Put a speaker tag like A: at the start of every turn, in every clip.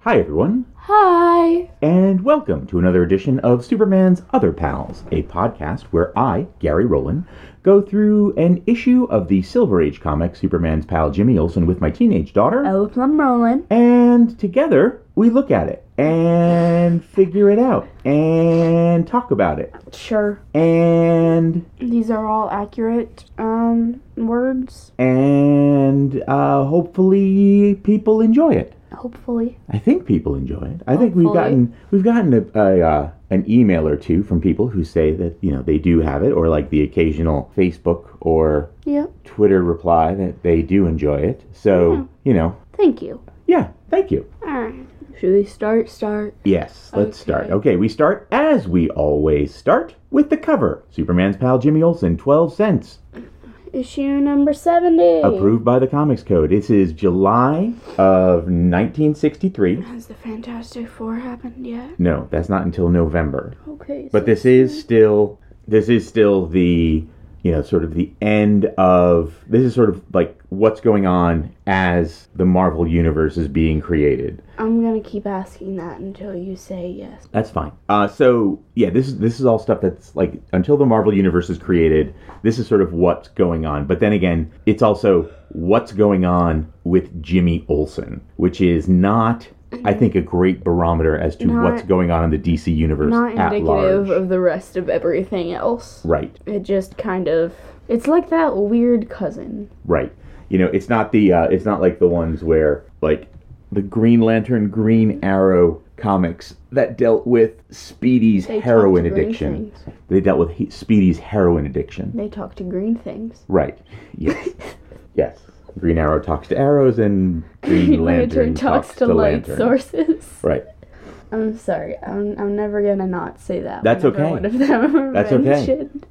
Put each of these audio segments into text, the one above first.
A: Hi, everyone,
B: Hi.
A: and welcome to another edition of Superman's Other Pals, a podcast where I, Gary Rowland, go through an issue of the Silver Age comic Superman's pal Jimmy Olsen with my teenage daughter,
B: Ella Plum Roland.
A: and together we look at it and figure it out and talk about it.
B: Sure.
A: And
B: These are all accurate um words.
A: and uh, hopefully people enjoy it.
B: Hopefully.
A: I think people enjoy it. I think we've
B: Hopefully.
A: gotten we've gotten a, a uh, an email or two from people who say that you know they do have it, or like the occasional Facebook or
B: Yep.
A: Twitter reply that they do enjoy it. So
B: Yeah.
A: you know,
B: Thank you.
A: yeah, thank you.
B: Alright. Should we start? Start.
A: Yes, let's
B: Okay.
A: start. Okay, we start as we always start with the cover. Superman's pal Jimmy Olsen, twelve cents,
B: Issue number seventy.
A: approved by the Comics Code. This is July of 1963.
B: Has the Fantastic Four happened yet?
A: No, that's not until November.
B: Okay.
A: But this is still this is still the you know sort of the end of this is sort of like what's going on as the Marvel universe is being created.
B: I'm gonna keep asking that until you say yes.
A: That's fine. Uh, so yeah, this is this is all stuff that's like until the Marvel universe is created. This is sort of what's going on. But then again, it's also what's going on with Jimmy Olsen, which is not. I think a great barometer as to
B: Not-
A: what's going on in the DC universe
B: Not
A: at
B: indicative
A: large.
B: of the rest of everything else.
A: right.
B: It just kind of it's like that weird cousin.
A: Right. You know, it's not the uh, it's not like the ones where like the Green Lantern, Green Arrow comics that dealt with Speedy's
B: They talk to
A: heroin
B: green
A: addiction.
B: things.
A: They dealt with he- Speedy's heroin addiction.
B: They talk to green things.
A: Right. Yes. yes. Green Arrow talks to arrows and Green
B: Green
A: Lantern talks, to,
B: light
A: lantern.
B: sources.
A: Right.
B: I'm sorry. I'm, I'm never gonna not say that.
A: That's
B: whenever
A: okay.
B: One of them
A: That's okay.
B: mentioned.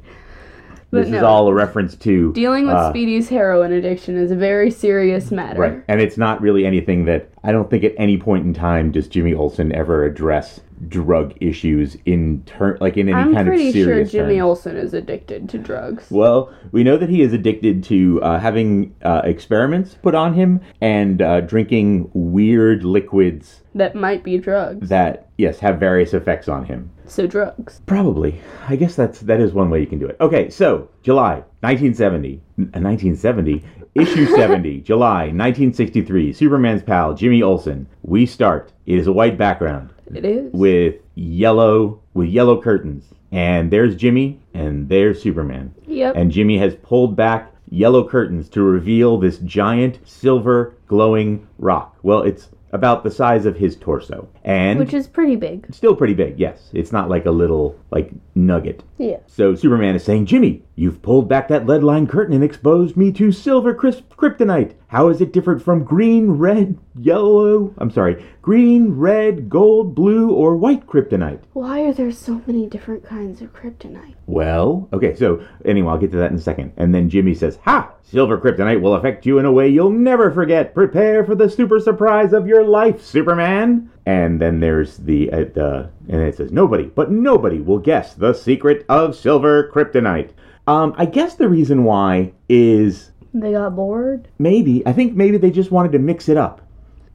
B: But
A: this
B: no,
A: is all a reference to
B: dealing with
A: uh,
B: Speedy's heroin addiction is a very serious matter.
A: Right. And it's not really anything that I don't think at any point in time does Jimmy Olsen ever address drug issues in turn like in any
B: I'm
A: kind
B: pretty
A: of
B: sure
A: serious
B: Jimmy
A: terms.
B: Olsen is addicted to drugs.
A: Well, we know that he is addicted to uh, having uh, experiments put on him and uh, drinking weird liquids
B: That might be drugs.
A: that yes have various effects on him.
B: So drugs.
A: Probably. I guess that's that is one way you can do it. Okay, so July 1970, n- uh, 1970, issue 70, July 1963. Superman's pal Jimmy Olsen. We start. It is a white background
B: It is.
A: with yellow with yellow curtains, and there's Jimmy and there's Superman.
B: yep.
A: And Jimmy has pulled back yellow curtains to reveal this giant silver glowing rock. Well, it's about the size of his torso, and
B: Which is pretty big.
A: still pretty big. Yes, it's not like a little like nugget.
B: Yeah.
A: So Superman is saying, Jimmy, you've pulled back that lead line curtain and exposed me to silver crisp kryptonite. How is it different from green, red, yellow? I'm sorry, green, red, gold, blue, or white kryptonite?
B: Why are there so many different kinds of kryptonite?
A: Well, okay, so anyway, I'll get to that in a second. And then Jimmy says, Ha! Silver kryptonite will affect you in a way you'll never forget. Prepare for the super surprise of your life, Superman! And then there's the, uh, the and it says, Nobody, but nobody will guess the secret of silver kryptonite. Um, I guess the reason why is
B: They got bored.
A: maybe, I think maybe they just wanted to mix it up.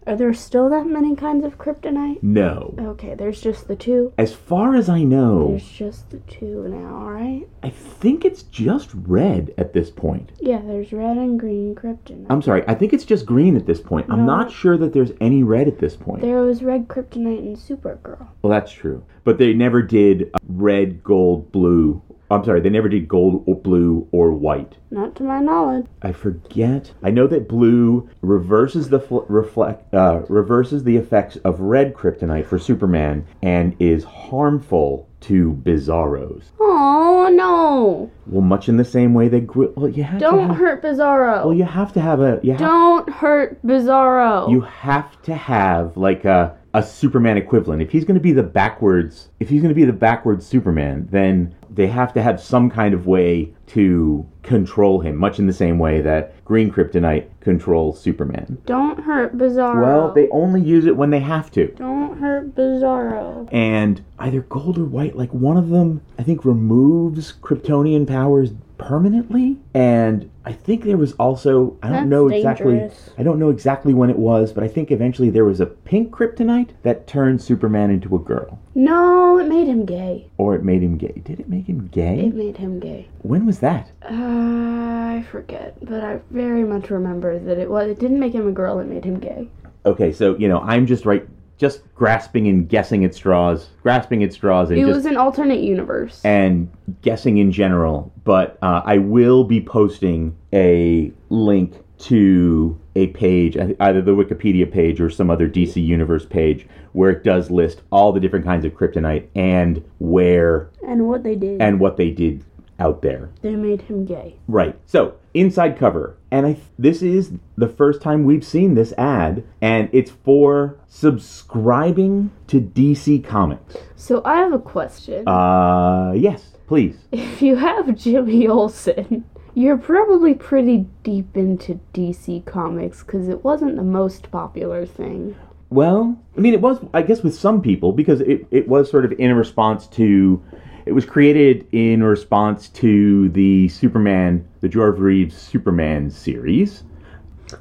B: Are there still that many kinds of kryptonite?
A: No.
B: Okay, there's just the two.
A: As far as I know,
B: There's just the two now, alright?
A: I think it's just red at this point.
B: Yeah, there's red and green kryptonite.
A: I'm sorry. I think it's just green at this point. I'm
B: No.
A: not sure that there's any red at this point.
B: there was red kryptonite in Supergirl.
A: well, that's true. But they never did uh, red, gold, blue. I'm sorry. They never did gold, or blue, or white.
B: Not to my knowledge.
A: I forget. I know that blue reverses the fl- reflect uh, reverses the effects of red kryptonite for Superman and is harmful to Bizarros.
B: Oh no!
A: Well, much in the same way that gri- well, you have to
B: Don't
A: have,
B: hurt Bizarro.
A: well, you have to have a you have
B: Don't hurt Bizarro.
A: You have to have like a a Superman equivalent. If he's going to be the backwards, if he's going to be the backwards Superman, then they have to have some kind of way to control him, much in the same way that green kryptonite controls Superman.
B: Don't hurt Bizarro.
A: Well, they only use it when they have to.
B: Don't hurt Bizarro.
A: And either gold or white, like one of them, I think removes Kryptonian powers permanently. And I think there was also, I don't
B: That's
A: know exactly.
B: dangerous.
A: I don't know exactly when it was, but I think eventually there was a pink kryptonite that turned Superman into a girl.
B: No, it made him gay.
A: Or it made him gay. Did it make him gay?
B: It made him gay.
A: When was that?
B: Uh, I forget, but I very much remember that it was. It didn't make him a girl. It made him gay.
A: Okay, so you know, I'm just right, just grasping and guessing at straws, grasping at straws, and
B: It
A: just
B: was an alternate universe.
A: and guessing in general. But uh, I will be posting a link to a page, I- either the Wikipedia page or some other DC Universe page, where it does list all the different kinds of kryptonite and where
B: and what they did,
A: and what they did out there.
B: they made him gay.
A: Right. So inside cover, and I th- this is the first time we've seen this ad, and it's for subscribing to DC Comics.
B: So I have a question.
A: Uh, yes, please.
B: if you have Jimmy Olsen, you're probably pretty deep into DC Comics because it wasn't the most popular thing.
A: Well, I mean, it was, I guess, with some people because it, it was sort of in response to, it was created in response to the Superman, the George Reeves Superman series.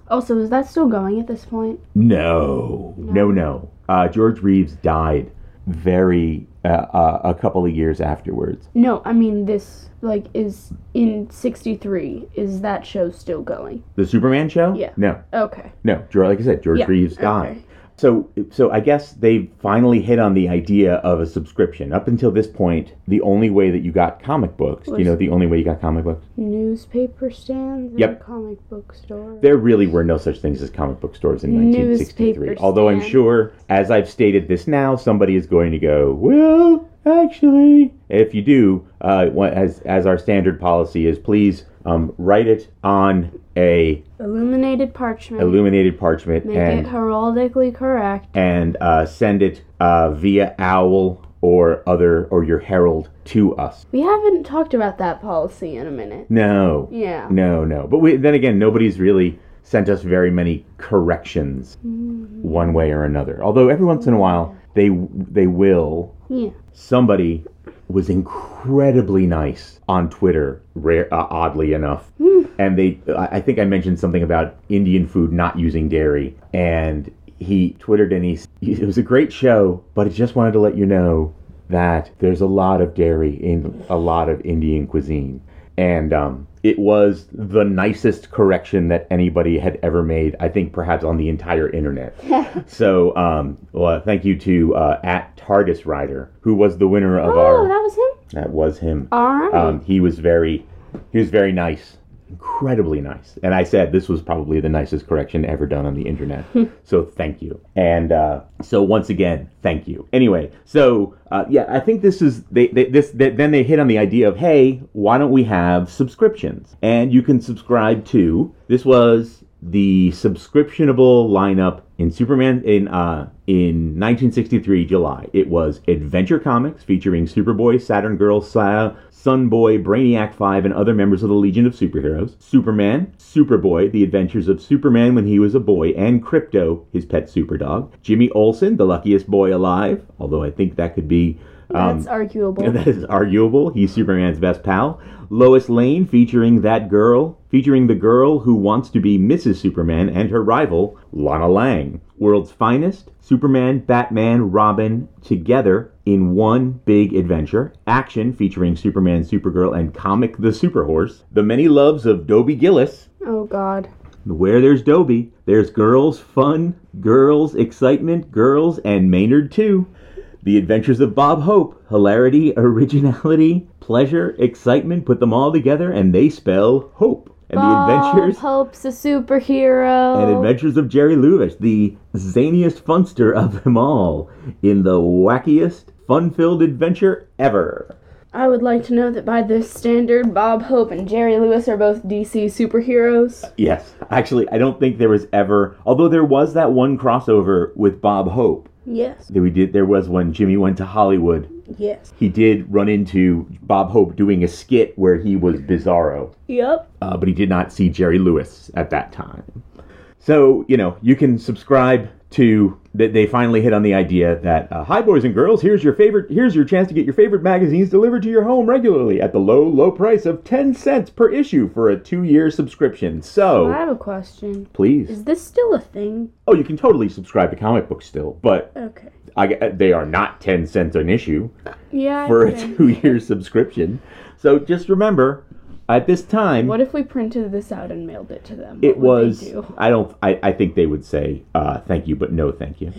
B: Also, is that still going at this point?
A: No, no, no. Uh, George Reeves died very uh, uh, a couple of years afterwards.
B: No, I mean this like is in 63 is that show still going?
A: The Superman show?
B: Yeah.
A: No,
B: Okay.
A: no. Geor- Like I said, George
B: Yeah,
A: Reeves died.
B: okay.
A: So, so I guess they finally hit on the idea of a subscription. Up until this point, the only way that you got comic books, do you
B: Was-
A: know, the only way you got comic books,
B: Newspaper stands and
A: Yep.
B: comic book store.
A: there really were no such things as comic book stores in 1963.
B: Newspaper
A: Although I'm
B: stand.
A: sure, as I've stated this now, somebody is going to go, well, actually, if you do, uh, what- as as our standard policy is, please um, write it on a
B: Illuminated parchment.
A: illuminated parchment
B: Make
A: and
B: it heraldically correct.
A: and uh, send it uh, via owl or other or your herald to us.
B: We haven't talked about that policy in a minute.
A: No,
B: Yeah.
A: no, no. But we, then again, nobody's really sent us very many corrections, one way or another. Although every once in a while they they will.
B: Yeah.
A: Somebody was incredibly nice on Twitter, rare, uh, oddly enough, and they. I I think I mentioned something about Indian food not using dairy, and he twittered and he. s- It was a great show, but I just wanted to let you know that there's a lot of dairy in a lot of Indian cuisine. And um, it was the nicest correction that anybody had ever made, I think perhaps on the entire internet. so, um, well, thank you to uh, at Targus Rider, who was the winner of
B: Oh,
A: our.
B: that Oh. was him.
A: that was him.
B: All right.
A: Um, he was very, he was very nice, incredibly nice. And I said this was probably the nicest correction ever done on the internet. so thank you. And uh, so once again, thank you. Anyway, so uh, yeah, I think this is they, they this that then they hit on the idea of hey, why don't we have subscriptions? And you can subscribe to this was the subscriptionable lineup in Superman in uh, in 1963 July. It was Adventure Comics featuring Superboy, Saturn Girl, Sa- Sunboy, Brainiac Five, and other members of the Legion of Superheroes. Superman, Superboy, The Adventures of Superman when he was a boy, and Crypto, his pet superdog. Jimmy Olsen, the luckiest boy alive, although I think that could be um,
B: That's arguable.
A: that is arguable. He's Superman's best pal. Lois Lane featuring that girl, featuring the girl who wants to be Mrs. Superman and her rival, Lana Lang. World's finest, Superman, Batman, Robin together in one big adventure. Action featuring Superman, Supergirl, and Comic the Superhorse. The many loves of Dobie Gillis.
B: oh God.
A: Where there's Dobie, there's girls, fun, girls, excitement, girls, and Maynard too. The Adventures of Bob Hope, hilarity, originality, pleasure, excitement, put them all together and they spell hope. And
B: Bob
A: the adventures
B: Hope's a superhero.
A: and adventures of Jerry Lewis, the zaniest funster of them all, in the wackiest, fun-filled adventure ever.
B: I would like to know that by this standard, Bob Hope and Jerry Lewis are both DC superheroes.
A: Yes. Actually, I don't think there was ever although there was that one crossover with Bob Hope
B: Yes.
A: that we did there was when Jimmy went to Hollywood
B: Yes.
A: He did run into Bob Hope doing a skit where he was Bizarro,
B: Yep.
A: uh, but he did not see Jerry Lewis at that time. So, you know, you can subscribe to that they finally hit on the idea that uh, hi boys and girls here's your favorite here's your chance to get your favorite magazines delivered to your home regularly at the low low price of 10 cents per issue for a 2-year subscription so
B: I have a question.
A: please
B: Is this still a thing?
A: oh you can totally subscribe to comic books still but
B: Okay.
A: I, they are not 10 cents an issue
B: Yeah. I
A: for a
B: think.
A: two year subscription. So just remember, at this time,
B: What if we printed this out and mailed it to them? What
A: it
B: would they
A: was.
B: do?
A: I don't. I, I think they would say uh, thank you, but no thank you.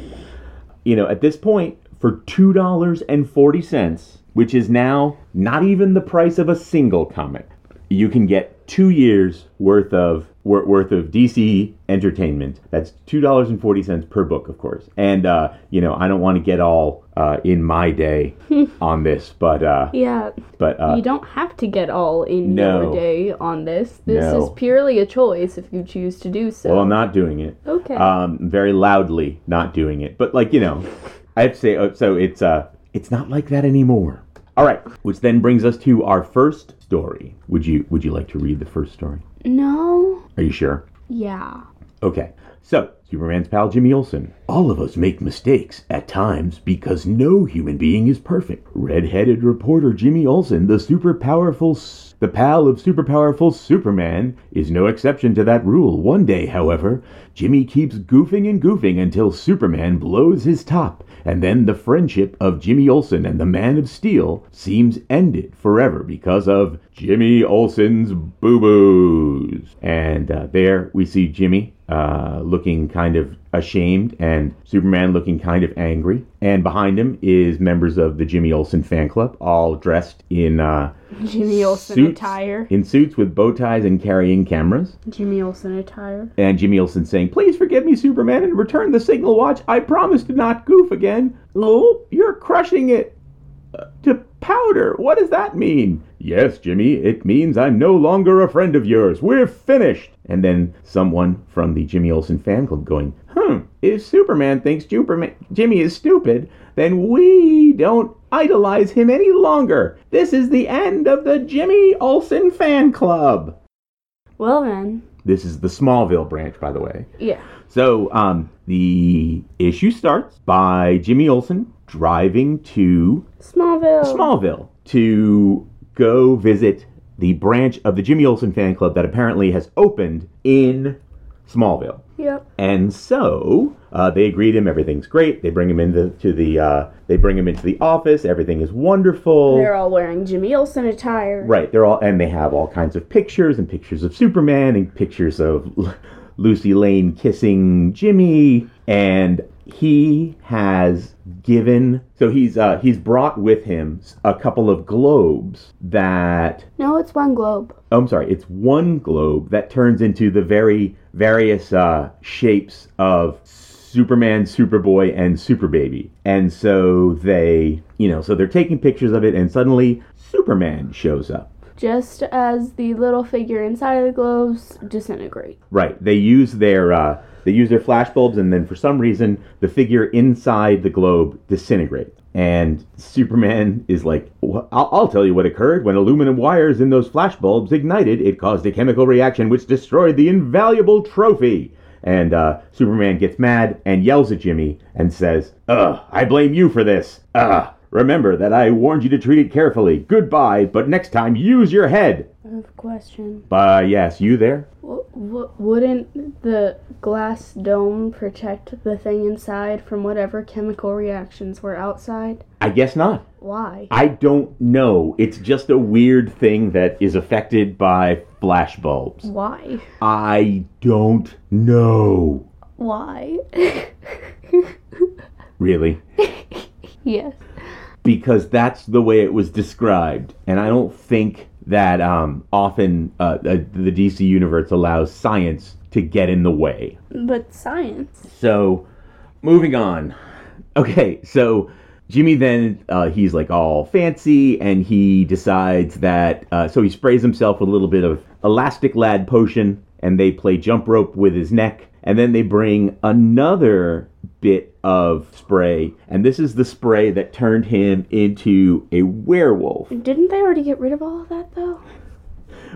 A: You know, at this point, for two dollars and forty cents, which is now not even the price of a single comic, you can get two years worth of wor- worth of DC entertainment. That's two dollars and forty cents per book, of course. And uh, you know, I don't want to get all uh, in my day on this, but uh,
B: Yeah.
A: but uh,
B: you don't have to get all in
A: No.
B: your day on this. This
A: No.
B: is purely a choice if you choose to do so.
A: Well, I'm not doing it.
B: okay.
A: Um, very loudly not doing it. But like you know, I have to say. uh, So it's uh, it's not like that anymore. All right, which then brings us to our first story. Would you Would you like to read the first story?
B: no.
A: Are you sure?
B: Yeah.
A: Okay. So, Superman's pal Jimmy Olsen. All of us make mistakes at times because no human being is perfect. Red-headed reporter Jimmy Olsen, the super powerful s- the pal of super powerful Superman, is no exception to that rule. One day, however, Jimmy keeps goofing and goofing until Superman blows his top, and then the friendship of Jimmy Olsen and the Man of Steel seems ended forever because of Jimmy Olsen's boo-boos. And uh, there we see Jimmy uh, looking kind of ashamed and Superman looking kind of angry. And behind him is members of the Jimmy Olsen fan club, all dressed in uh,
B: Jimmy Olsen
A: suits,
B: attire.
A: in suits with bow ties and carrying cameras.
B: Jimmy Olsen attire.
A: And Jimmy Olsen saying, "Please forgive me, Superman, and return the signal watch. I promise to not goof again." Oh, you're crushing it uh, to powder. What does that mean? Yes, Jimmy, it means I'm no longer a friend of yours. We're finished. And then someone from the Jimmy Olsen fan club going, "Hmm, if Superman thinks Superman Jimmy is stupid, then we don't idolize him any longer. This is the end of the Jimmy Olsen fan club."
B: Well then.
A: This is the Smallville branch, by the way.
B: Yeah.
A: So um, the issue starts by Jimmy Olsen driving to
B: Smallville.
A: Smallville to go visit the branch of the Jimmy Olsen fan club that apparently has opened in Smallville.
B: Yep.
A: And so uh, they agree to him. Everything's great. They bring him into to the uh, they bring him into the office. Everything is wonderful.
B: They're all wearing Jimmy Olsen attire.
A: Right. They're all and they have all kinds of pictures and pictures of Superman and pictures of L- Lucy Lane kissing Jimmy and he has given so he's uh he's brought with him s- a couple of globes that
B: No, it's one globe.
A: oh, I'm sorry, it's one globe that turns into the very various uh shapes of Superman, Superboy, and Superbaby. And so they, you know, so they're taking pictures of it and suddenly Superman shows up.
B: Just as the little figure inside of the globes disintegrate.
A: Right. They use their uh, they use their flash bulbs, and then for some reason, the figure inside the globe disintegrates. And Superman is like, "Wh- I'll, I'll tell you what occurred. When aluminum wires in those flash bulbs ignited, it caused a chemical reaction which destroyed the invaluable trophy. And uh, Superman gets mad and yells at Jimmy and says, Ugh, I blame you for this. Ugh, remember that I warned you to treat it carefully. Goodbye, but next time use your head.
B: I have a question.
A: Uh, yes, you there?
B: W- w- wouldn't the glass dome protect the thing inside from whatever chemical reactions were outside?
A: I guess not.
B: Why?
A: I don't know. It's just a weird thing that is affected by flash bulbs.
B: Why?
A: I don't know.
B: Why?
A: Really?
B: yes.
A: Because that's the way it was described. And I don't think that um, often uh, uh, the DC universe allows science to get in the way.
B: But science.
A: So, moving on. Okay, so Jimmy then uh, he's like all fancy, and he decides that uh, so he sprays himself with a little bit of elastic lad potion, and they play jump rope with his neck, And then they bring another bit of spray, and this is the spray that turned him into a werewolf.
B: Didn't they already get rid of all of that though?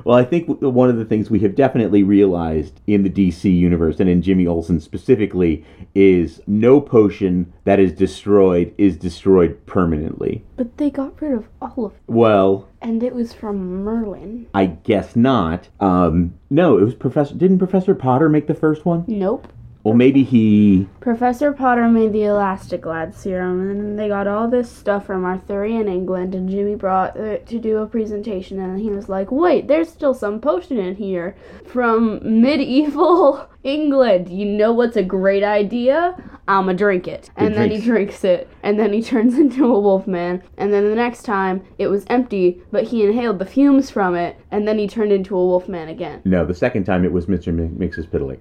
A: Well, I think w- one of the things we have definitely realized in the DC universe and in Jimmy Olsen specifically is no potion that is destroyed is destroyed permanently.
B: But they got rid of all of it.
A: Well,
B: And it was from Merlin.
A: I guess not. Um, no, it was Professor. Didn't Professor Potter make the first one?
B: Nope.
A: Well, maybe he.
B: Professor Potter made the Elastic Lad serum, and then they got all this stuff from Arthurian England, and Jimmy brought it to do a presentation, and he was like, wait, there's still some potion in here from medieval England. You know what's a great idea? I'ma drink it. And then he drinks it, and then he turns into a wolf man, and then the next time it was empty, but he inhaled the fumes from it, and then he turned into a wolf man again.
A: No, the second time it was Mr. Mi- Mix's Piddling.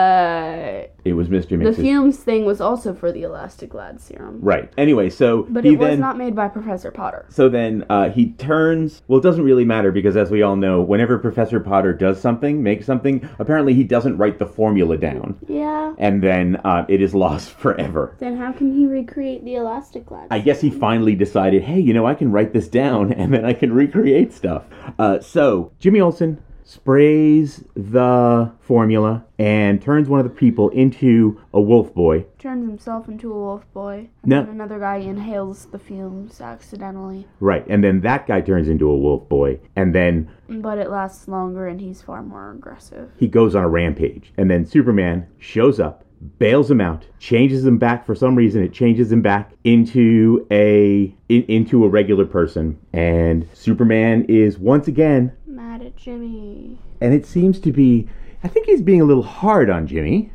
B: Right.
A: It was Mr.
B: The
A: Mix's.
B: fumes thing was also for the Elastic Lad serum.
A: right. Anyway, so
B: But
A: he
B: it was
A: then.
B: not made by Professor Potter.
A: so then uh, he turns. Well, it doesn't really matter because, as we all know, whenever Professor Potter does something, makes something, apparently he doesn't write the formula down,
B: Yeah.
A: and then uh, it is lost forever.
B: Then how can he recreate the Elastic Lad?
A: I guess he finally decided, hey, you know, I can write this down and then I can recreate stuff. Uh, so Jimmy Olsen sprays the formula and turns one of the people into a wolf boy.
B: Turns himself into a wolf boy. And
A: No.
B: then another guy inhales the fumes accidentally.
A: Right. And then that guy turns into a wolf boy. And then
B: But it lasts longer and he's far more aggressive.
A: he goes on a rampage. And then Superman shows up, bails him out, changes him back for some reason. It changes him back into a in, into a regular person. And Superman is once again
B: Mad at Jimmy.
A: and it seems to be I think he's being a little hard on Jimmy.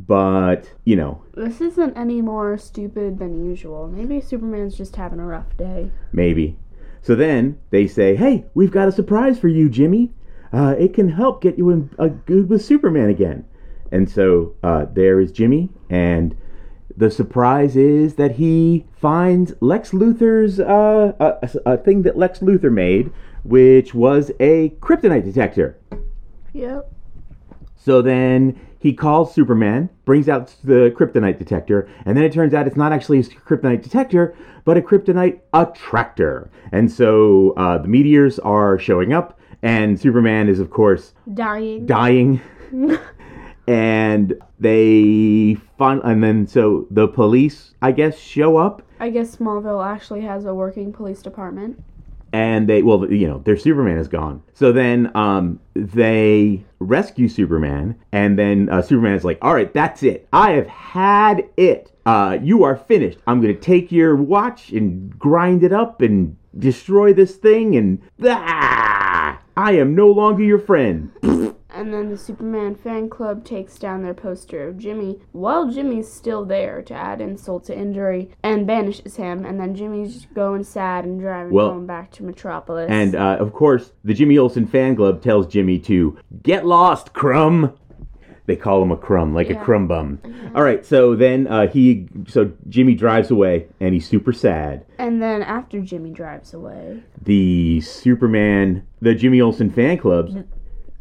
A: But, you know,
B: This isn't any more stupid than usual. Maybe Superman's just having a rough day.
A: maybe. So then they say, "Hey, we've got a surprise for you, Jimmy. Uh, it can help get you in uh, good with Superman again." And so uh, there is Jimmy, and the surprise is that he finds Lex Luthor's uh, a, a- a thing that Lex Luthor made, which was a kryptonite detector.
B: Yep.
A: So then he calls Superman, brings out the kryptonite detector, and then it turns out it's not actually a kryptonite detector, but a kryptonite attractor. And so uh, the meteors are showing up, and Superman is, of course,
B: Dying.
A: dying. and they fun and then so the police i guess show up
B: I guess Smallville actually has a working police department.
A: and they well you know their superman is gone so then um they rescue superman and then uh, superman is like all right that's it i have had it uh you are finished i'm gonna take your watch and grind it up and destroy this thing and ah, i am no longer your friend
B: And then the Superman fan club takes down their poster of Jimmy while Jimmy's still there to add insult to injury and banishes him. And then Jimmy's going sad and driving
A: Well-
B: home back to Metropolis.
A: and uh, of course the jimmy olsen fan club tells jimmy to get lost crumb they call him a crumb, like
B: Yeah. Mm-hmm.
A: a crumb bum. All right, so then uh, he, so Jimmy drives away, and he's super sad.
B: and then after Jimmy drives away,
A: the Superman, the Jimmy Olsen fan clubs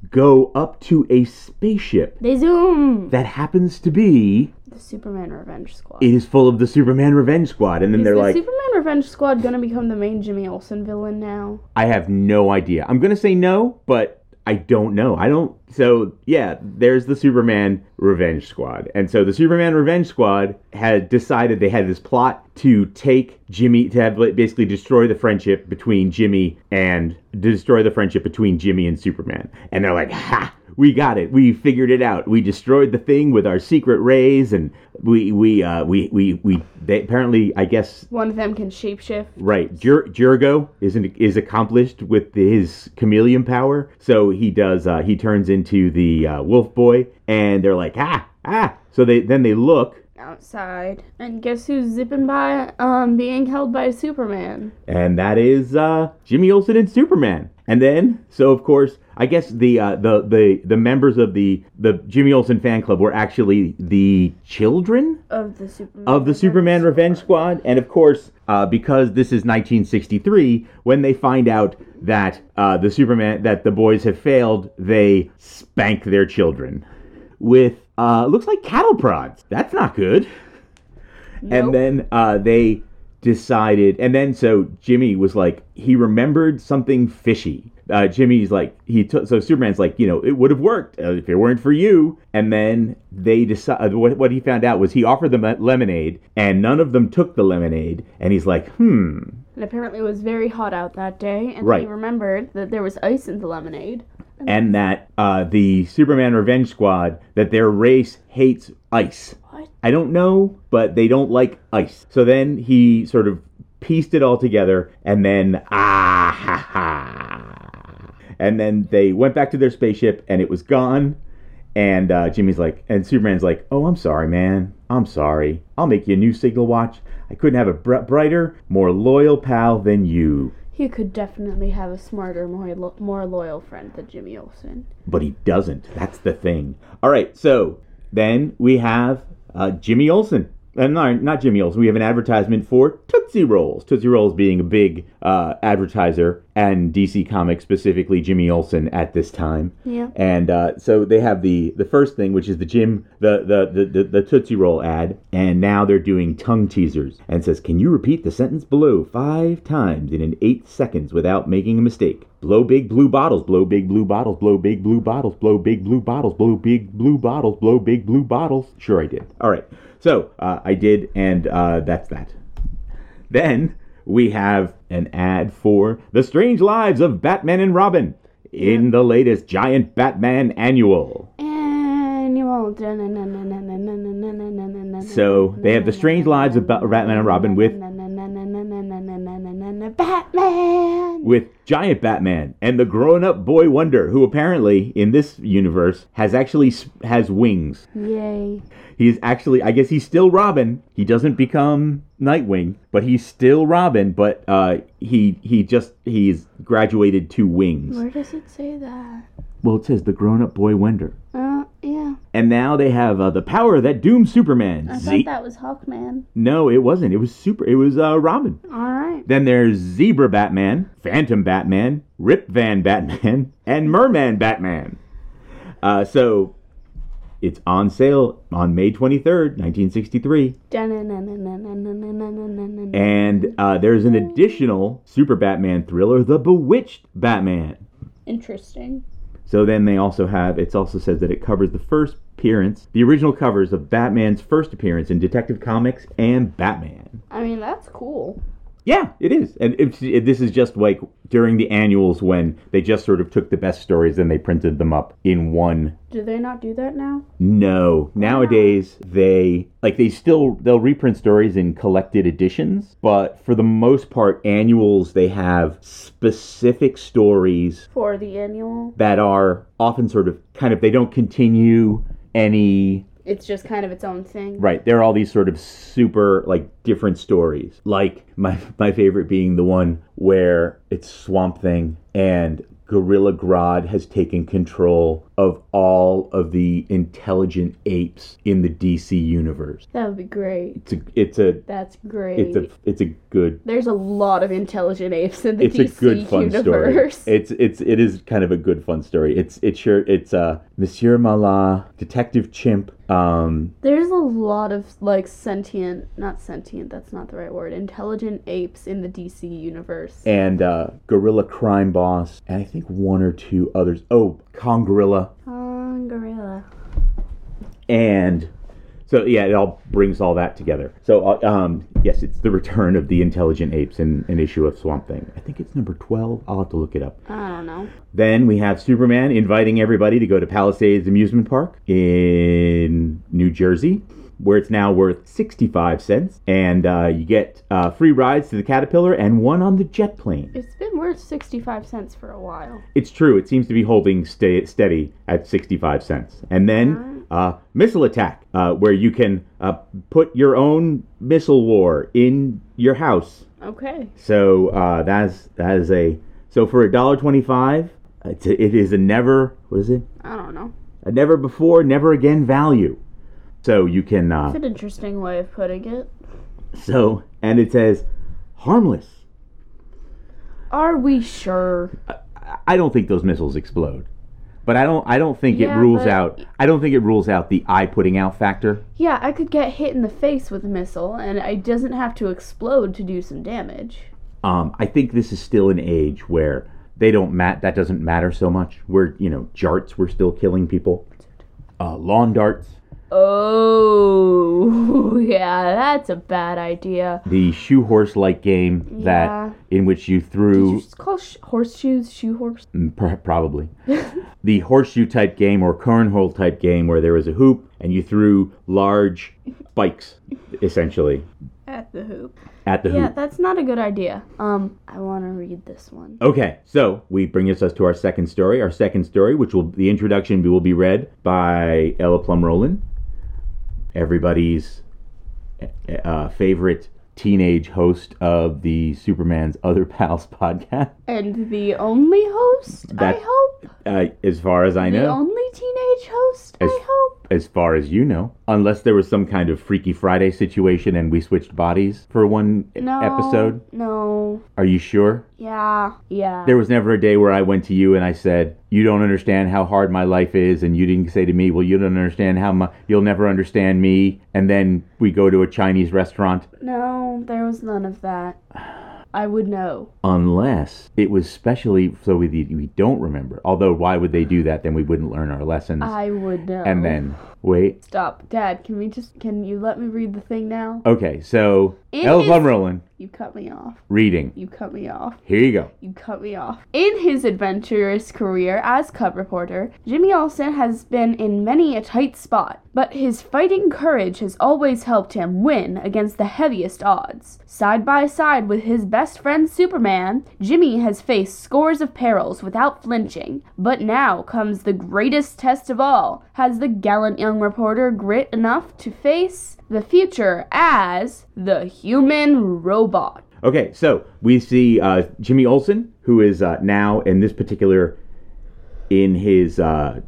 A: go up to a spaceship
B: they zoom
A: that happens to be
B: the Superman Revenge Squad.
A: it is full of the Superman Revenge Squad, and then
B: Is
A: they're
B: the
A: like,
B: Superman Revenge Squad gonna become the main Jimmy Olsen villain now?
A: I have no idea. I'm gonna say no, but I don't know. I don't. So yeah, there's the Superman Revenge Squad, and so the Superman Revenge Squad had decided they had this plot to take Jimmy to have like, basically destroy the friendship between Jimmy and destroy the friendship between Jimmy and Superman, and they're like, ha. We got it. We figured it out. We destroyed the thing with our secret rays, and we we uh, we we we. They, apparently, I guess
B: One of them can shapeshift.
A: Right, Jur- Jurgo is an, is accomplished with his chameleon power. So he does. Uh, he turns into the uh, wolf boy, and they're like, ah, ah. So they then they look,
B: Outside, and guess who's zipping by? Um, being held by Superman.
A: and that is uh, Jimmy Olsen and Superman. And then, so of course, I guess the uh, the the the members of the the Jimmy Olsen fan club were actually the children
B: Of the Superman.
A: of the
B: Revenge
A: Superman Revenge Squad, and of course, uh, because this is 1963, when they find out that uh, the Superman that the boys have failed, they spank their children with uh, looks like cattle prods. That's not good. And
B: Nope.
A: then uh, they decided, and then so Jimmy was like, he remembered something fishy. Uh, Jimmy's like, he took, so Superman's like, you know, it would have worked uh, if it weren't for you. And then they decided, what, what he found out was he offered them lemonade, and none of them took the lemonade. And he's like, hmm,
B: And apparently it was very hot out that day, and
A: Right.
B: he remembered that there was ice in the lemonade.
A: and that uh, the Superman Revenge Squad that their race hates ice.
B: What?
A: I don't know, but they don't like ice. So then he sort of pieced it all together, and then ah ha ha, and then they went back to their spaceship, and it was gone. And uh, Jimmy's like, and Superman's like, oh, I'm sorry, man. I'm sorry. I'll make you a new signal watch. I couldn't have a br- brighter, more loyal pal than you.
B: He could definitely have a smarter, more lo- more loyal friend than Jimmy Olsen.
A: but he doesn't. That's the thing. All right, so then we have uh, Jimmy Olsen. Uh, no, not Jimmy Olsen. We have an advertisement for Tootsie Rolls. Tootsie Rolls being a big uh, advertiser and DC Comics specifically Jimmy Olsen at this time.
B: Yeah.
A: And uh, so they have the the first thing, which is the Jim the the, the the the Tootsie Roll ad, and now they're doing tongue teasers and it says, "Can you repeat the sentence below five times in an eight seconds without making a mistake? Blow big blue bottles, blow big blue bottles, blow big blue bottles, blow big blue bottles, blow big blue bottles, blow big blue bottles." Sure, I did. All right, so uh, I did, and uh, that's that. Then we have an ad for The Strange Lives of Batman and Robin in the latest Giant Batman annual.
B: Annual.
A: So they have The Strange Lives of Ba- Batman and Robin with-
B: Batman.
A: with Giant Batman and the grown-up boy Wonder who apparently in this universe has actually s- has wings.
B: Yay.
A: He's actually I guess he's still Robin. He doesn't become Nightwing, but he's still Robin, but uh he he just he's graduated to wings.
B: Where does it say that?
A: Well, it says the grown-up boy Wonder.
B: Uh, yeah.
A: And now they have uh, the power that dooms Superman.
B: I
A: Ze-
B: thought that was Hawkman.
A: no, it wasn't. It was super. It was uh, Robin.
B: Alright.
A: Then there's Zebra Batman, Phantom Batman, Rip Van Batman, and Merman Batman. Uh, so it's on sale on May 23rd, 1963. And uh, there's an additional Super Batman thriller, The Bewitched Batman.
B: Interesting.
A: So then they also have, it also says that it covers the first appearance, the original covers of Batman's first appearance in Detective Comics and Batman.
B: I mean, that's cool.
A: Yeah, it is. And it's, it, this is just like during the annuals when they just sort of took the best stories and they printed them up in one.
B: Do they not do that now?
A: No, nowadays they like they still they'll reprint stories in collected editions, but for the most part annuals they have specific stories
B: For the annual?
A: that are often sort of kind of they don't continue any
B: It's just kind of its own thing.
A: Right. There are all these sort of super like different stories. Like my my favorite being the one where it's Swamp Thing and Gorilla Grodd has taken control of all of the intelligent apes in the DC universe.
B: That would be great.
A: It's a it's a
B: That's great.
A: it's a it's a good
B: There's a lot of intelligent apes in the
A: it's
B: DC
A: a good fun
B: universe.
A: story. It's it's it is kind of a good fun story. It's it's sure it's uh Monsieur Malat, Detective Chimp, um
B: There's a lot of like sentient, not sentient. That's not the right word. Intelligent apes in the DC universe.
A: and uh, Gorilla Crime Boss, and I think one or two others. Oh, Kong Gorilla,
B: Um, gorilla.
A: and so yeah, it all brings all that together. So uh, um, yes, it's the return of the intelligent apes in an issue of Swamp Thing. I think it's number twelve. I'll have to look it up.
B: I don't know.
A: Then we have Superman inviting everybody to go to Palisades Amusement Park in New Jersey, where it's now worth 65 cents. And uh, you get uh, free rides to the Caterpillar and one on the jet plane.
B: It's been worth sixty-five cents for a while.
A: It's true, it seems to be holding sta steady at 65 cents. And then uh, Missile Attack, uh, where you can uh, put your own missile war in your house
B: Okay.
A: so uh, that's that is a so for a dollar twenty five, it is a never what is it
B: I don't know.
A: a never before never again value. So you can
B: It's
A: uh,
B: an interesting way of putting it.
A: so and it says harmless.
B: Are we sure?
A: I don't think those missiles explode. But I don't I don't think it
B: Yeah,
A: rules
B: but-
A: out I don't think it rules out the eye putting out factor.
B: Yeah, I could get hit in the face with a missile, and it doesn't have to explode to do some damage.
A: Um, I think this is still an age where they don't mat that doesn't matter so much. We're you know, jarts we're still killing people. Uh, lawn darts.
B: Oh, yeah, that's a bad idea.
A: The shoe horse like game
B: Yeah.
A: that in which you
B: Did
A: threw
B: you just call sh- horseshoes shoe horse?
A: Mm, pr- Probably. the horseshoe type game or cornhole type game where there was a hoop and you threw large spikes, essentially,
B: At the hoop.
A: at the
B: Yeah,
A: hoop.
B: that's not a good idea. Um, I want to read this one.
A: Okay, so we bring us us to our second story. Our second story, which will the introduction will be read by Ella Plum Roland, everybody's uh, uh, favorite teenage host of the Superman's Other Pals podcast.
B: And the only host, I
A: That-
B: hope?
A: Uh, as far as I
B: The
A: know,
B: only teenage host,
A: As-
B: I hope?
A: as far as you know, unless there was some kind of Freaky Friday situation and we switched bodies for one e-
B: No.
A: episode.
B: No.
A: Are you sure?
B: Yeah. Yeah.
A: There was never a day where I went to you and I said, "You don't understand how hard my life is," and you didn't say to me, "Well, you don't understand how my, you'll never understand me." And then we go to a Chinese restaurant,
B: no, there was none of that. I would know.
A: unless it was specially so we we don't remember. Although, why would they do that? Then we wouldn't learn our lessons.
B: I would know.
A: and then wait,
B: Stop. Dad, can we just. Can you let me read the thing now?
A: okay, so
B: It
A: Ella
B: is-
A: Plum Roland
B: You cut me off.
A: reading.
B: You cut me off.
A: Here you go.
B: You cut me off. In his adventurous career as cub reporter, Jimmy Olsen has been in many a tight spot, but his fighting courage has always helped him win against the heaviest odds. Side by side with his best friend Superman, Jimmy has faced scores of perils without flinching. But now comes the greatest test of all. Has the gallant young reporter grit enough to face the future as the human robot?
A: Okay, so we see uh, Jimmy Olsen, who is uh, now in this particular in his uh,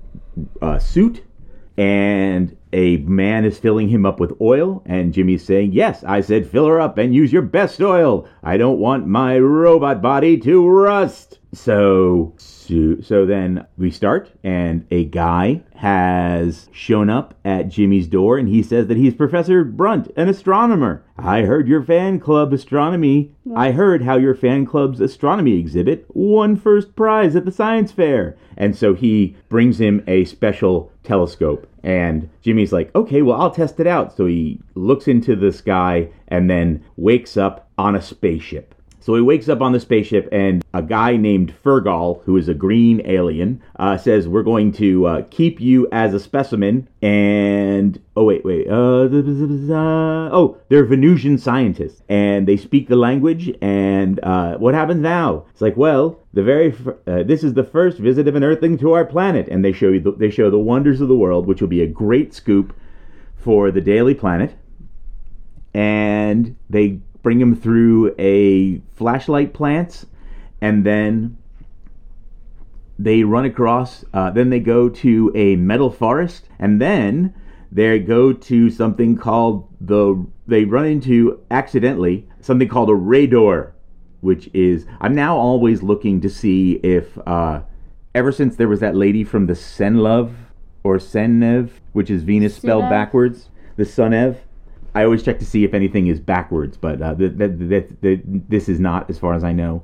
A: uh, suit, and a man is filling him up with oil, and Jimmy's saying, "Yes, I said fill her up and use your best oil. I don't want my robot body to rust." So, so, so then we start, and a guy has shown up at Jimmy's door, and he says that he's Professor Brunt, an astronomer. I heard your fan club astronomy. I heard how your fan club's astronomy exhibit won first prize at the science fair. And so he brings him a special telescope. And Jimmy's like, okay, well, I'll test it out. So he looks into the sky and then wakes up on a spaceship. So he wakes up on the spaceship, and a guy named Fergal, who is a green alien, uh, says, "We're going to uh, keep you as a specimen." And oh wait, wait, uh, z- z- z- z- uh, oh, they're Venusian scientists, and they speak the language. And uh, what happens now? It's like, well, the very fir- uh, this is the first visit of an Earthling to our planet, and they show you the, they show the wonders of the world, which will be a great scoop for the Daily Planet and they bring him through a flashlight plant, and then they run across. Uh, then they go to a metal forest, and then they go to something called the. They run into accidentally something called a radar, which is. I'm now always looking to see if. Uh, ever since there was that lady from the Senlove or Sennev, which is Venus spelled
B: Senev.
A: backwards, the Sunev. I always check to see if anything is backwards, but uh, th- th- th- th- this is not, as far as I know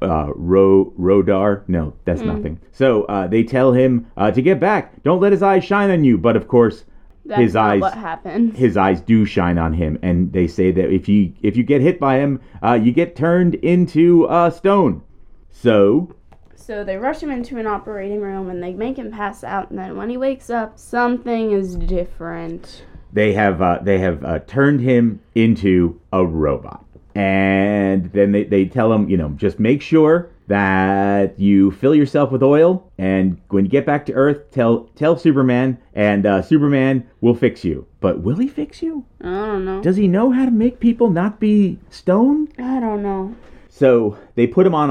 A: uh, Ro- Rodar. No, that's nothing. So uh, they tell him uh, to get back. Don't let his eyes shine on you. But of course,
B: That's
A: His
B: not
A: eyes-
B: what happened.
A: his eyes do shine on him, and they say that if you if you get hit by him, uh, you get turned into uh, stone. So
B: So they rush him into an operating room and they make him pass out. And then when he wakes up, something is different.
A: they have uh, they have uh, turned him into a robot and then they, they tell him you know just make sure that you fill yourself with oil and when you get back to earth tell tell superman and uh, superman will fix you but will he fix you
B: I don't know.
A: does he know how to make people not be stoned
B: I don't know.
A: so they put him on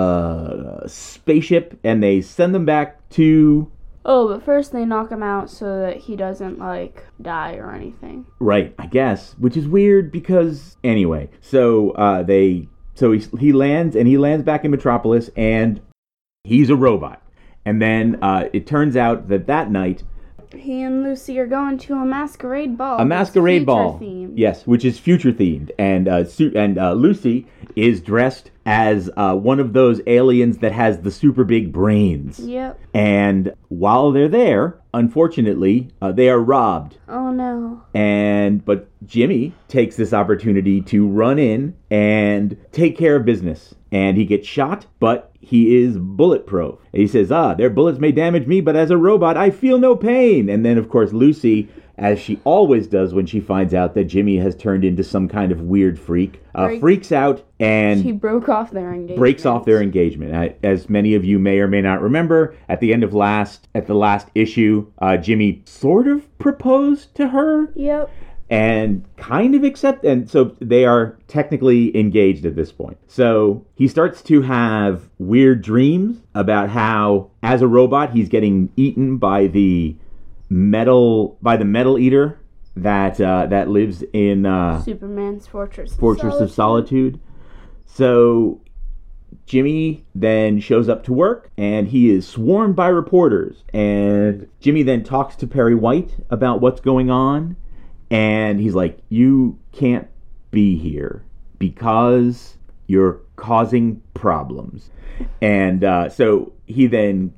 A: a spaceship and they send them back to
B: Oh, but first they knock him out so that he doesn't like die or anything.
A: Right, I guess, which is weird because anyway, so uh, they So he, he lands and he lands back in Metropolis and he's a robot. And then uh, it turns out that that night,
B: He and Lucy are going to a masquerade ball.
A: a
B: that's
A: masquerade
B: future
A: ball.
B: Themed.
A: Yes, which is future themed, and uh, Su- and uh, Lucy is dressed as uh, one of those aliens that has the super big brains.
B: Yep.
A: And while they're there, unfortunately, uh, they are robbed.
B: Oh no.
A: And but Jimmy takes this opportunity to run in and take care of business. And he gets shot, but he is bulletproof. And he says, "Ah, their bullets may damage me, but as a robot, I feel no pain." And then, of course, Lucy, as she always does when she finds out that Jimmy has turned into some kind of weird freak, uh,
B: Freak.
A: freaks out and
B: She broke off their engagement.
A: Mm. breaks off their engagement. I- As many of you may or may not remember, at the end of last at the last issue, uh, Jimmy sort of proposed to her
B: Yep.
A: and kind of accept and so they are technically engaged at this point so he starts to have weird dreams about how as a robot he's getting eaten by the metal by the metal eater that uh, that lives in uh,
B: Superman's fortress. of
A: fortress of solitude so Jimmy then shows up to work and he is swarmed by reporters. And Jimmy then talks to Perry White about what's going on. And he's like, You can't be here because you're causing problems. And uh, so he then,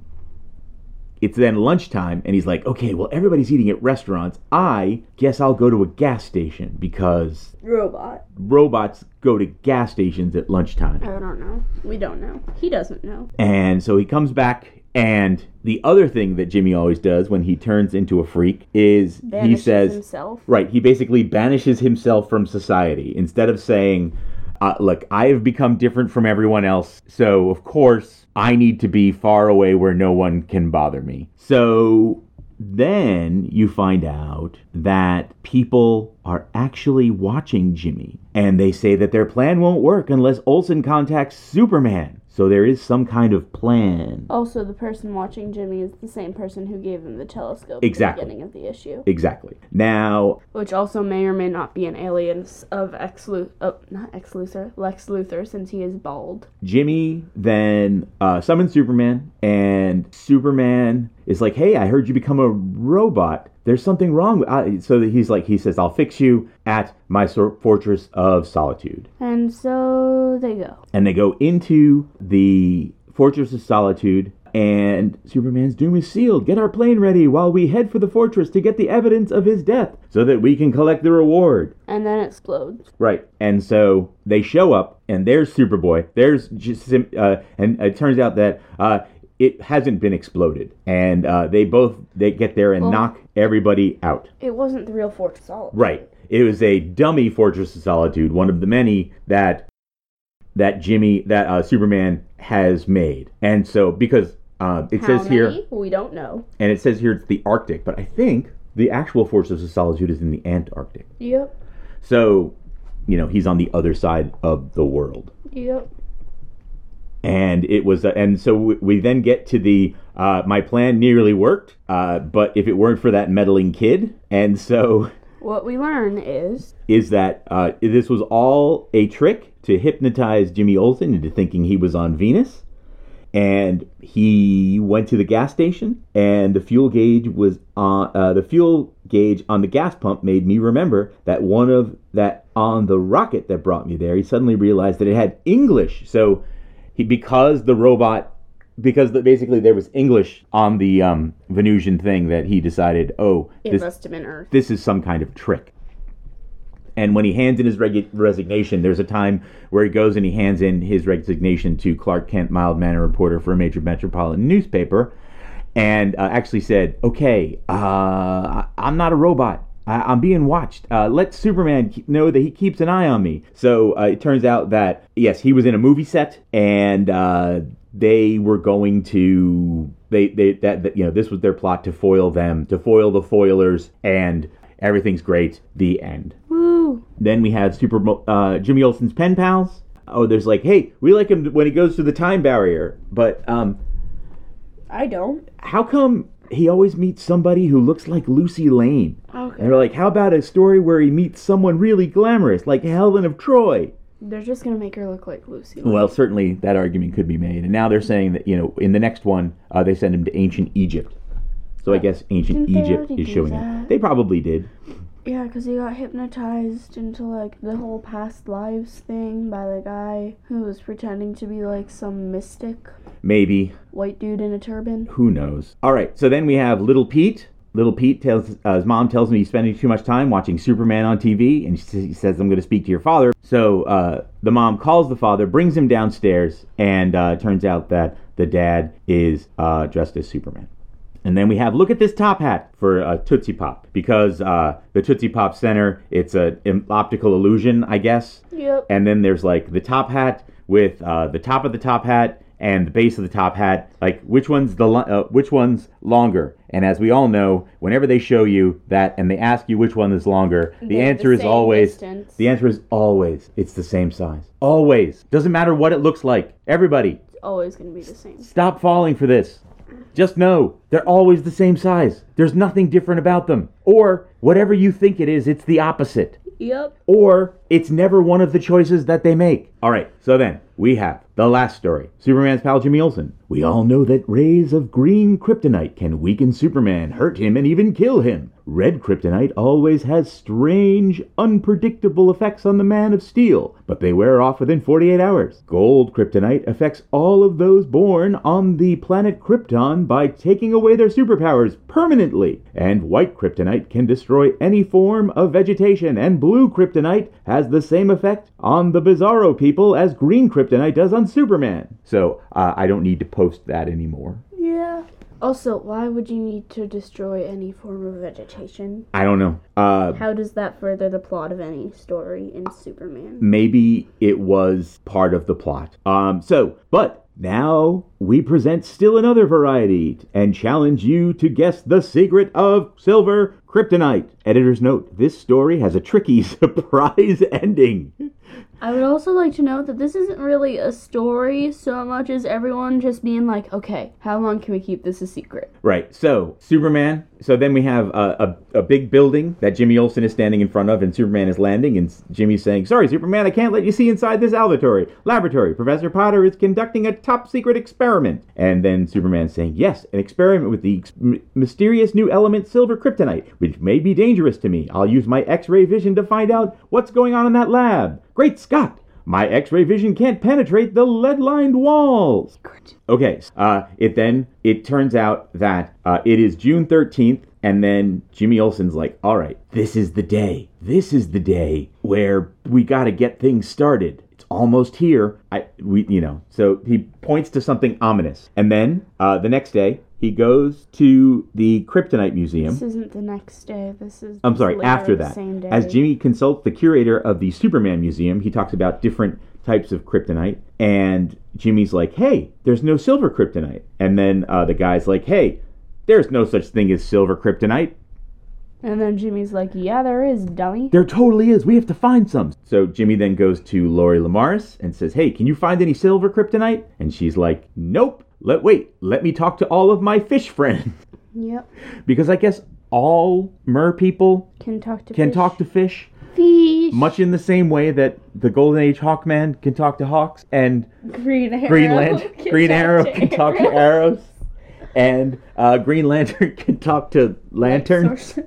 A: it's then lunchtime and he's like, Okay, well, everybody's eating at restaurants. I guess I'll go to a gas station because
B: Robot.
A: robots go to gas stations at lunchtime.
B: I don't know. We don't know. He doesn't know.
A: And so he comes back. And the other thing that Jimmy always does when he turns into a freak is he
B: Banishes
A: says,
B: himself.
A: right, he basically banishes himself from society. Instead of saying, uh, look, I have become different from everyone else. So, of course, I need to be far away where no one can bother me. So then you find out that people are actually watching Jimmy. And they say that their plan won't work unless Olsen contacts Superman. So there is some kind of plan.
B: Also, the person watching Jimmy is the same person who gave him the telescope
A: Exactly.
B: at the beginning of the issue,
A: Exactly. Now,
B: which also may or may not be an alien of ex Luthor, oh, not ex Luthor, Lex Luthor, since he is bald.
A: Jimmy then uh, summons Superman, and Superman is like, "Hey, I heard you become a robot. There's something wrong." With I So that he's like, he says, "I'll fix you at my sor- fortress of solitude."
B: And so they go.
A: And they go into the fortress of solitude, and Superman's doom is sealed. Get our plane ready while we head for the fortress to get the evidence of his death, so that we can collect the reward.
B: And then it explodes.
A: Right. And so they show up, and there's Superboy. There's just, Sim- uh, and it turns out that uh, it hasn't been exploded, and uh, they both they get there and
B: Well-
A: knock everybody out.
B: It wasn't the real Fortress Solid.
A: Right. It was a dummy Fortress of Solitude, one of the many that that Jimmy that uh, Superman has made, and so because. Uh, it
B: How
A: says here,
B: many? We don't know.
A: and it says here it's the Arctic, but I think the actual Fortress of Solitude is in the Antarctic.
B: Yep.
A: So, you know, he's on the other side of the world.
B: Yep.
A: and it was uh, and so we, we then get to the uh, my plan nearly worked uh, but if it weren't for that meddling kid and so
B: What we learn is
A: is that uh, this was all a trick to hypnotize jimmy olsen into thinking he was on venus and he went to the gas station and the fuel gauge was on uh, the fuel gauge on the gas pump made me remember that one of that on the rocket that brought me there he suddenly realized that it had english so he because the robot because the, basically there was english on the um, venusian thing that he decided oh
B: it
A: this
B: must have been Earth.
A: this is some kind of trick. And when he hands in his regu- resignation, there's a time where he goes and he hands in his resignation to Clark Kent, mild mannered reporter for a major metropolitan newspaper, and uh, actually said, "Okay, uh, I- I'm not a robot. I- I'm being watched. Uh, let Superman ke- know that he keeps an eye on me." So uh, it turns out that yes, he was in a movie set, and uh, they were going to they they that, that you know this was their plot to foil them, to foil the foilers, and everything's great. The end.
B: Woo.
A: Then we have Super Mo- uh, Jimmy Olsen's pen pals. Oh, there's like, hey, we like him when he goes through the time barrier, but um,
B: I don't.
A: how come he always meets somebody who looks like Lucy Lane?
B: Okay.
A: And we're like, how about a story where he meets someone really glamorous, like Helen of Troy?
B: They're just gonna make her look like Lucy.
A: Well, certainly that argument could be made. And now they're saying that, you know, in the next one, uh, they send him to ancient Egypt. So I guess ancient
B: Didn't they
A: Egypt
B: already
A: is
B: do
A: showing
B: that?
A: up. They probably did.
B: Yeah, because he got hypnotized into like the whole past lives thing by the guy who was pretending to be like some mystic
A: Maybe.
B: white dude in a turban.
A: Who knows? All right. So then we have little Pete. Little Pete tells uh, his mom tells him he's spending too much time watching Superman on TV, and she he says, "I'm going to speak to your father." So uh, the mom calls the father, brings him downstairs, and uh, turns out that the dad is uh, dressed as Superman. And then we have look at this top hat for uh, Tootsie Pop because uh, the Tootsie Pop Center it's an optical illusion, I guess.
B: Yep.
A: And then there's like the top hat with uh, the top of the top hat and the base of the top hat. Like which one's the lo- uh, which one's longer? And as we all know, whenever they show you that and they ask you which one is longer, the,
B: They're
A: answer is
B: same
A: always
B: distance.
A: the answer is always it's the same size. Always doesn't matter what it looks like. Everybody,
B: It's always gonna be the same.
A: stop falling for this. Just know they're always the same size. There's nothing different about them. Or whatever you think it is, it's the opposite
B: Yep.
A: or it's never one of the choices that they make. All right, so then we have the last story Superman's pal Jimmy Olsen. We all know that rays of green kryptonite can weaken Superman, hurt him, and even kill him. Red kryptonite always has strange, unpredictable effects on the man of steel, but they wear off within 48 hours. Gold kryptonite affects all of those born on the planet Krypton by taking away their superpowers permanently. And white kryptonite can destroy any form of vegetation, and blue kryptonite has the same effect on the Bizarro people as green kryptonite does on Superman. So uh, I don't need to post that anymore.
B: Yeah. Also, why would you need to destroy any form of vegetation?
A: I don't know. Uh,
B: How does that further the plot of any story in Superman?
A: maybe it was part of the plot. Um, so, but now we present still another variety and challenge you to guess the secret of silver kryptonite. Editor's note this story has a tricky surprise ending.
B: I would also like to note that this isn't really a story so much as everyone just being like, okay, how long can we keep this a secret?
A: Right. So Superman. So then we have a, a, a big building that Jimmy Olsen is standing in front of, and Superman is landing, and S- Jimmy's saying, "Sorry, Superman, I can't let you see inside this laboratory. Laboratory. Professor Potter is conducting a top secret experiment." And then Superman's saying, "Yes, an experiment with the ex- m- mysterious new element silver kryptonite, which may be dangerous to me. I'll use my X-ray vision to find out what's going on in that lab. Great Scott!" My X-ray vision can't penetrate the lead-lined walls. Okay, uh, it then it turns out that uh, it is June thirteenth, and then Jimmy Olsen's like, "All right, this is the day. This is the day where we got to get things started. It's almost here. I we you know." So he points to something ominous, and then uh, the next day he goes to the Kryptonite Museum.
B: This isn't the next day. This is.
A: I'm sorry,
B: later
A: after
B: the
A: that.
B: Same day.
A: As Jimmy consults the curator of the Superman Museum, he talks about different types of kryptonite. And Jimmy's like, hey, there's no silver kryptonite. And then uh, the guy's like, hey, there's no such thing as silver kryptonite.
B: And then Jimmy's like, yeah, there is, dummy.
A: There totally is. We have to find some. So Jimmy then goes to Lori Lamaris and says, Hey, can you find any silver kryptonite? And she's like, Nope. Let wait, let me talk to all of my fish friends.
B: Yep.
A: because I guess all mer people
B: Can talk to
A: can
B: fish.
A: talk to fish.
B: fish.
A: Much in the same way that the Golden Age Hawkman can talk to hawks, and
B: Green Arrow.
A: Greenland,
B: can
A: Green
B: talk
A: Arrow
B: to
A: can talk to
B: arrows.
A: arrows, and uh, Green Lantern can talk to lanterns.
B: Source-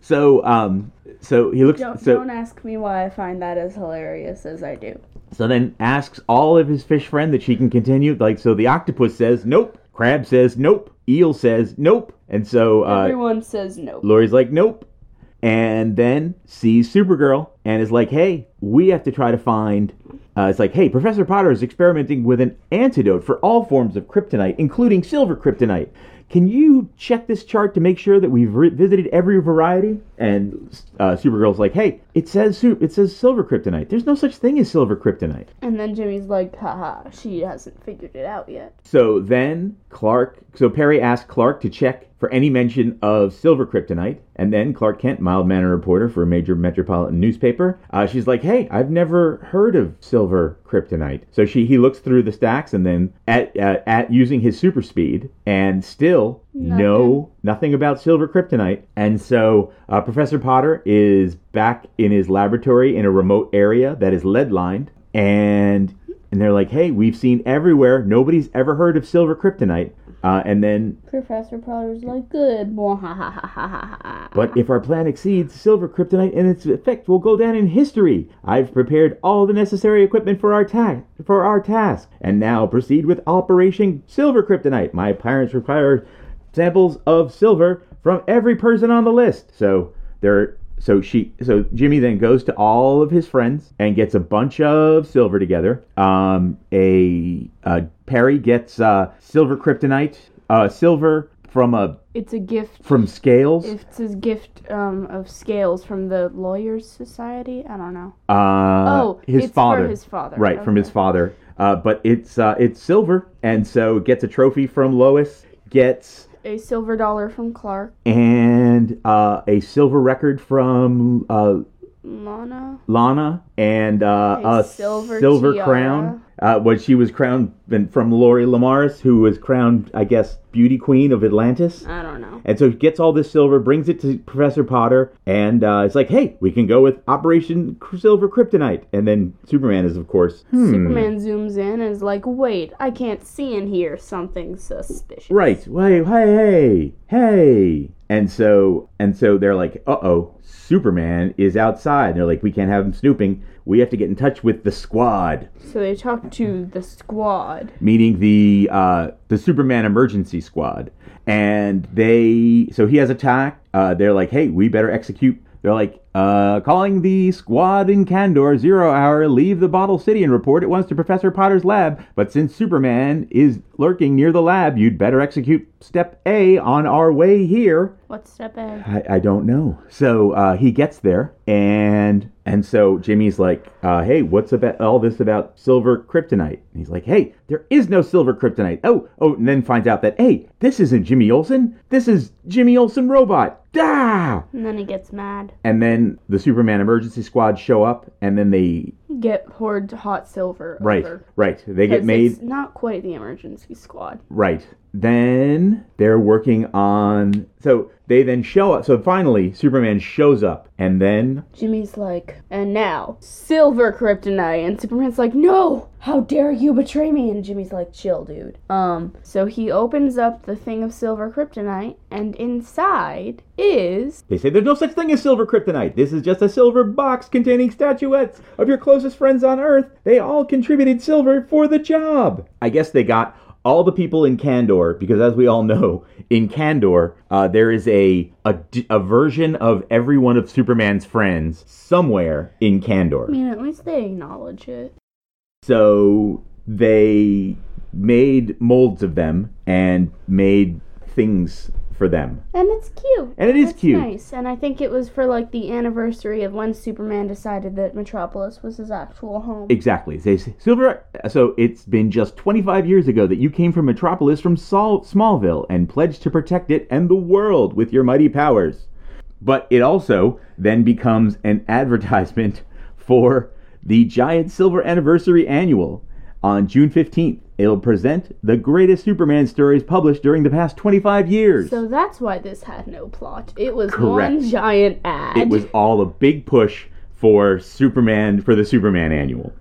A: So, um, so he looks.
B: Don't,
A: so,
B: don't ask me why I find that as hilarious as I do.
A: so then asks all of his fish friend that she can continue. Like, so the octopus says nope, crab says nope, eel says nope, and so uh,
B: Everyone says no.
A: Lori's like, nope. And then sees Supergirl and is like, hey, we have to try to find. Uh, it's like, hey, Professor Potter is experimenting with an antidote for all forms of kryptonite, including silver kryptonite. Can you check this chart to make sure that we've re- visited every variety? And uh, Supergirl's like, hey, it says su- it says silver kryptonite. There's no such thing as silver kryptonite.
B: And then Jimmy's like, haha, she hasn't figured it out yet.
A: So then Clark, so Perry asked Clark to check for any mention of silver kryptonite, and then Clark Kent, mild mannered reporter for a major metropolitan newspaper, uh, she's like, "Hey, I've never heard of silver kryptonite." So she he looks through the stacks, and then at at, at using his super speed, and still no nothing about silver kryptonite. And so uh, Professor Potter is back in his laboratory in a remote area that is lead lined. and and they're like, "Hey, we've seen everywhere. Nobody's ever heard of silver kryptonite." Uh, and then,
B: Professor Potter's like, good, ha ha ha ha ha.
A: but if our plan exceeds silver kryptonite and its effect will go down in history, I've prepared all the necessary equipment for our task. For our task, and now proceed with Operation Silver Kryptonite. My parents require samples of silver from every person on the list. So there. So she. So Jimmy then goes to all of his friends and gets a bunch of silver together. Um, a uh, Perry gets uh, silver kryptonite. Uh, silver from a
B: It's a gift.
A: from scales.
B: It's a gift um, of scales from the Lawyers Society. I don't know.
A: Uh,
B: oh,
A: his
B: it's
A: father.
B: for his father.
A: right from his
B: okay.
A: father. Uh, but it's uh, it's silver, and so gets a trophy from Lois. Gets
B: A silver dollar from Clark.
A: and uh, a silver record from uh,
B: Lana.
A: Lana and uh,
B: A
A: a,
B: silver
A: silver,
B: tiara.
A: crown. Uh, when she was crowned and from Lori Lamaris, who was crowned, I guess, beauty queen of Atlantis.
B: I don't know.
A: And so he gets all this silver, brings it to Professor Potter, and uh, it's like, hey, we can go with Operation Silver Kryptonite. And then Superman is, of course, hmm,
B: Superman zooms in and is like, wait, I can't see in here. Something suspicious.
A: Right. Wait, hey, hey, hey. And so and so they're like, uh oh, Superman is outside. they're like, we can't have him snooping. We have to get in touch with the squad,
B: So they talk to the squad.
A: meaning the uh, the Superman emergency squad. And they so he has attacked. Uh, they're like, hey, we better execute. They're like, uh, calling the squad in Kandor, zero hour, leave the bottle city and report at once to Professor Potter's lab. But since Superman is lurking near the lab, you'd better execute step A on our way here.
B: What's step A?
A: I, I don't know. So uh, he gets there, and and so Jimmy's like, uh, "Hey, what's about all this about silver kryptonite?" And he's like, "Hey, there is no silver kryptonite." Oh, oh, and then finds out that, "Hey, this isn't Jimmy Olsen. This is Jimmy Olsen robot." Da!
B: And then he gets mad.
A: And then the Superman emergency squad show up, and then they
B: Get poured hot silver.
A: right,
B: Over.
A: right, they get
B: 'Cause
A: made
B: It's not quite the emergency squad.
A: Right. Then they're working on. So they then show up. So finally, Superman shows up, and then
B: Jimmy's like, and now, silver kryptonite. And Superman's like, no, how dare you betray me? And Jimmy's like, chill, dude. Um, so he opens up the thing of silver kryptonite, and inside is
A: they say there's no such thing as silver kryptonite. This is just a silver box containing statuettes of your closest friends on Earth. They all contributed silver for the job. I guess they got all the people in Kandor because, as we all know, in Kandor uh, there is a, a d- a version of every one of Superman's friends somewhere in Kandor.
B: I mean, at least they acknowledge it.
A: So they made molds of them and made things for them.
B: And it's cute.
A: And it is
B: It's
A: cute.
B: nice. And I think it was for like the anniversary of when Superman decided that Metropolis was his actual home.
A: Exactly. They say, Silver. So it's been just 25 years ago that you came from Metropolis from Sol- Smallville and pledged to protect it and the world with your mighty powers. But it also then becomes an advertisement for the Giant Silver Anniversary Annual on June 15th. It'll present the greatest Superman stories published during the past 25 years.
B: so that's why this had no plot. It was
A: Correct.
B: one giant ad.
A: it was all a big push for Superman for the Superman annual.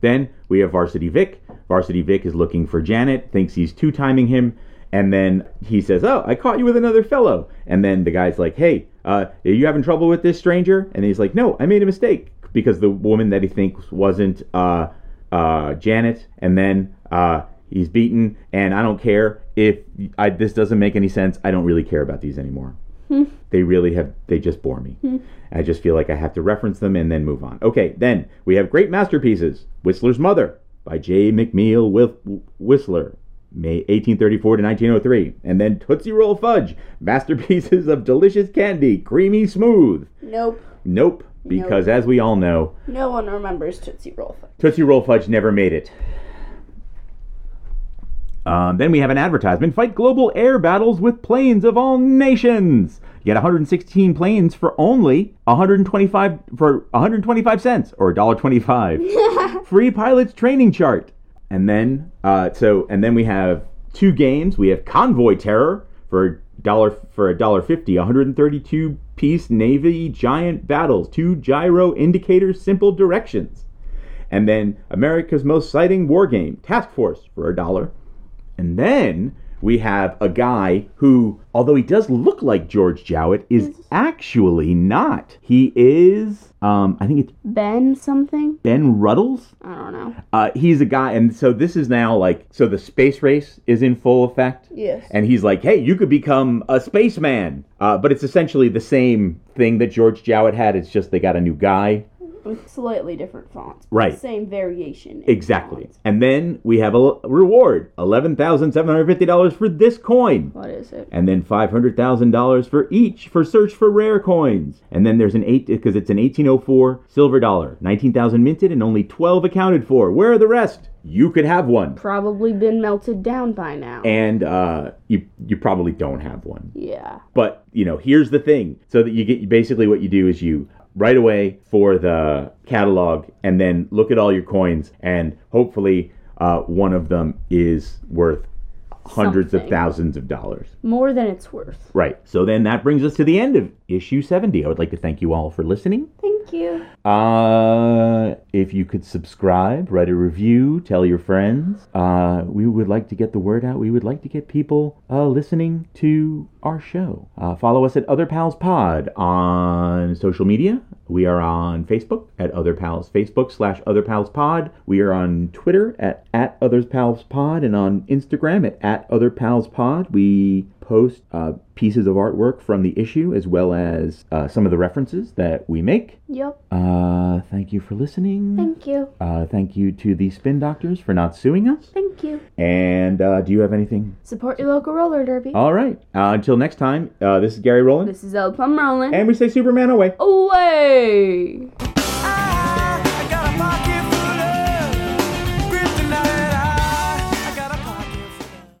A: Then we have Varsity Vic. Varsity Vic is looking for Janet, thinks he's two timing him, and then he says, "Oh, I caught you with another fellow." And then the guy's like, "Hey, uh, are you having trouble with this stranger?" And he's like, "No, I made a mistake because the woman that he thinks wasn't uh, uh, Janet." And then uh, he's beaten, and I don't care if I, this doesn't make any sense. I don't really care about these anymore they really have they just bore me i just feel like i have to reference them and then move on okay then we have great masterpieces whistler's mother by j mcneil Whis- whistler May 1834 to 1903, and then Tootsie Roll Fudge, masterpieces of delicious candy, creamy smooth.
B: nope.
A: Nope, because as we all know,
B: No one remembers Tootsie Roll.
A: Tootsie Roll Fudge never made it. Um, then we have an advertisement fight global air battles with planes of all nations. You get 116 planes for only 125 for 125 cents or $1.25. Free pilots training chart. And then uh, so and then we have two games. We have Convoy Terror for dollar for a dollar fifty, 132 piece Navy giant battles, two gyro indicators, simple directions. and then America's Most Exciting War Game Task Force for a dollar. And then we have a guy who, although he does look like George Jowett, is actually not. He is, um, I think it's
B: Ben something?
A: Ben Ruddles.
B: I don't know.
A: Uh, he's a guy, and so this is now like, so the space race is in full effect.
B: Yes.
A: And he's like, hey, you could become a spaceman. Uh, but it's essentially the same thing that George Jowett had. It's just they got a new guy.
B: With slightly different fonts. but
A: Right.
B: Same variation. in
A: Exactly.
B: fonts.
A: And then we have a l- reward $11,750 for this coin.
B: What is it?
A: and then five hundred thousand dollars for each for search for rare coins. And then there's an eight because it's an eighteen oh four silver dollar, nineteen thousand minted and only twelve accounted for. Where are the rest? You could have one,
B: Probably been melted down by now.
A: and uh, you you probably don't have one.
B: yeah.
A: But you know, here's the thing: so that you get basically what you do is you right away for the catalog, and then look at all your coins, and hopefully uh, one of them is worth hundreds of
B: Something.
A: thousands of dollars.
B: More than it's worth.
A: Right. So then that brings us to the end of issue 70. I would like to thank you all for listening.
B: Thank you.
A: Uh, if you could subscribe, write a review, tell your friends. Uh, we would like to get the word out. We would like to get people uh, listening to our show. Uh, follow us at Other Pals Pod on social media. We are on Facebook at Other Pals Facebook slash Other Pals Pod. We are on Twitter at, at Other Pals Pod and on Instagram at, at Other Pals Pod. We post uh, pieces of artwork from the issue as well as uh, some of the references that we make.
B: Yep.
A: Uh, thank you for listening.
B: Thank you.
A: uh, thank you to the Spin Doctors for not suing us.
B: Thank you.
A: And uh, do you have anything?
B: Support your local roller derby.
A: All right. Uh, until next time, uh, this is Gary Rowland.
B: This is El Plum Rollin'.
A: And we say Superman away.
B: Away!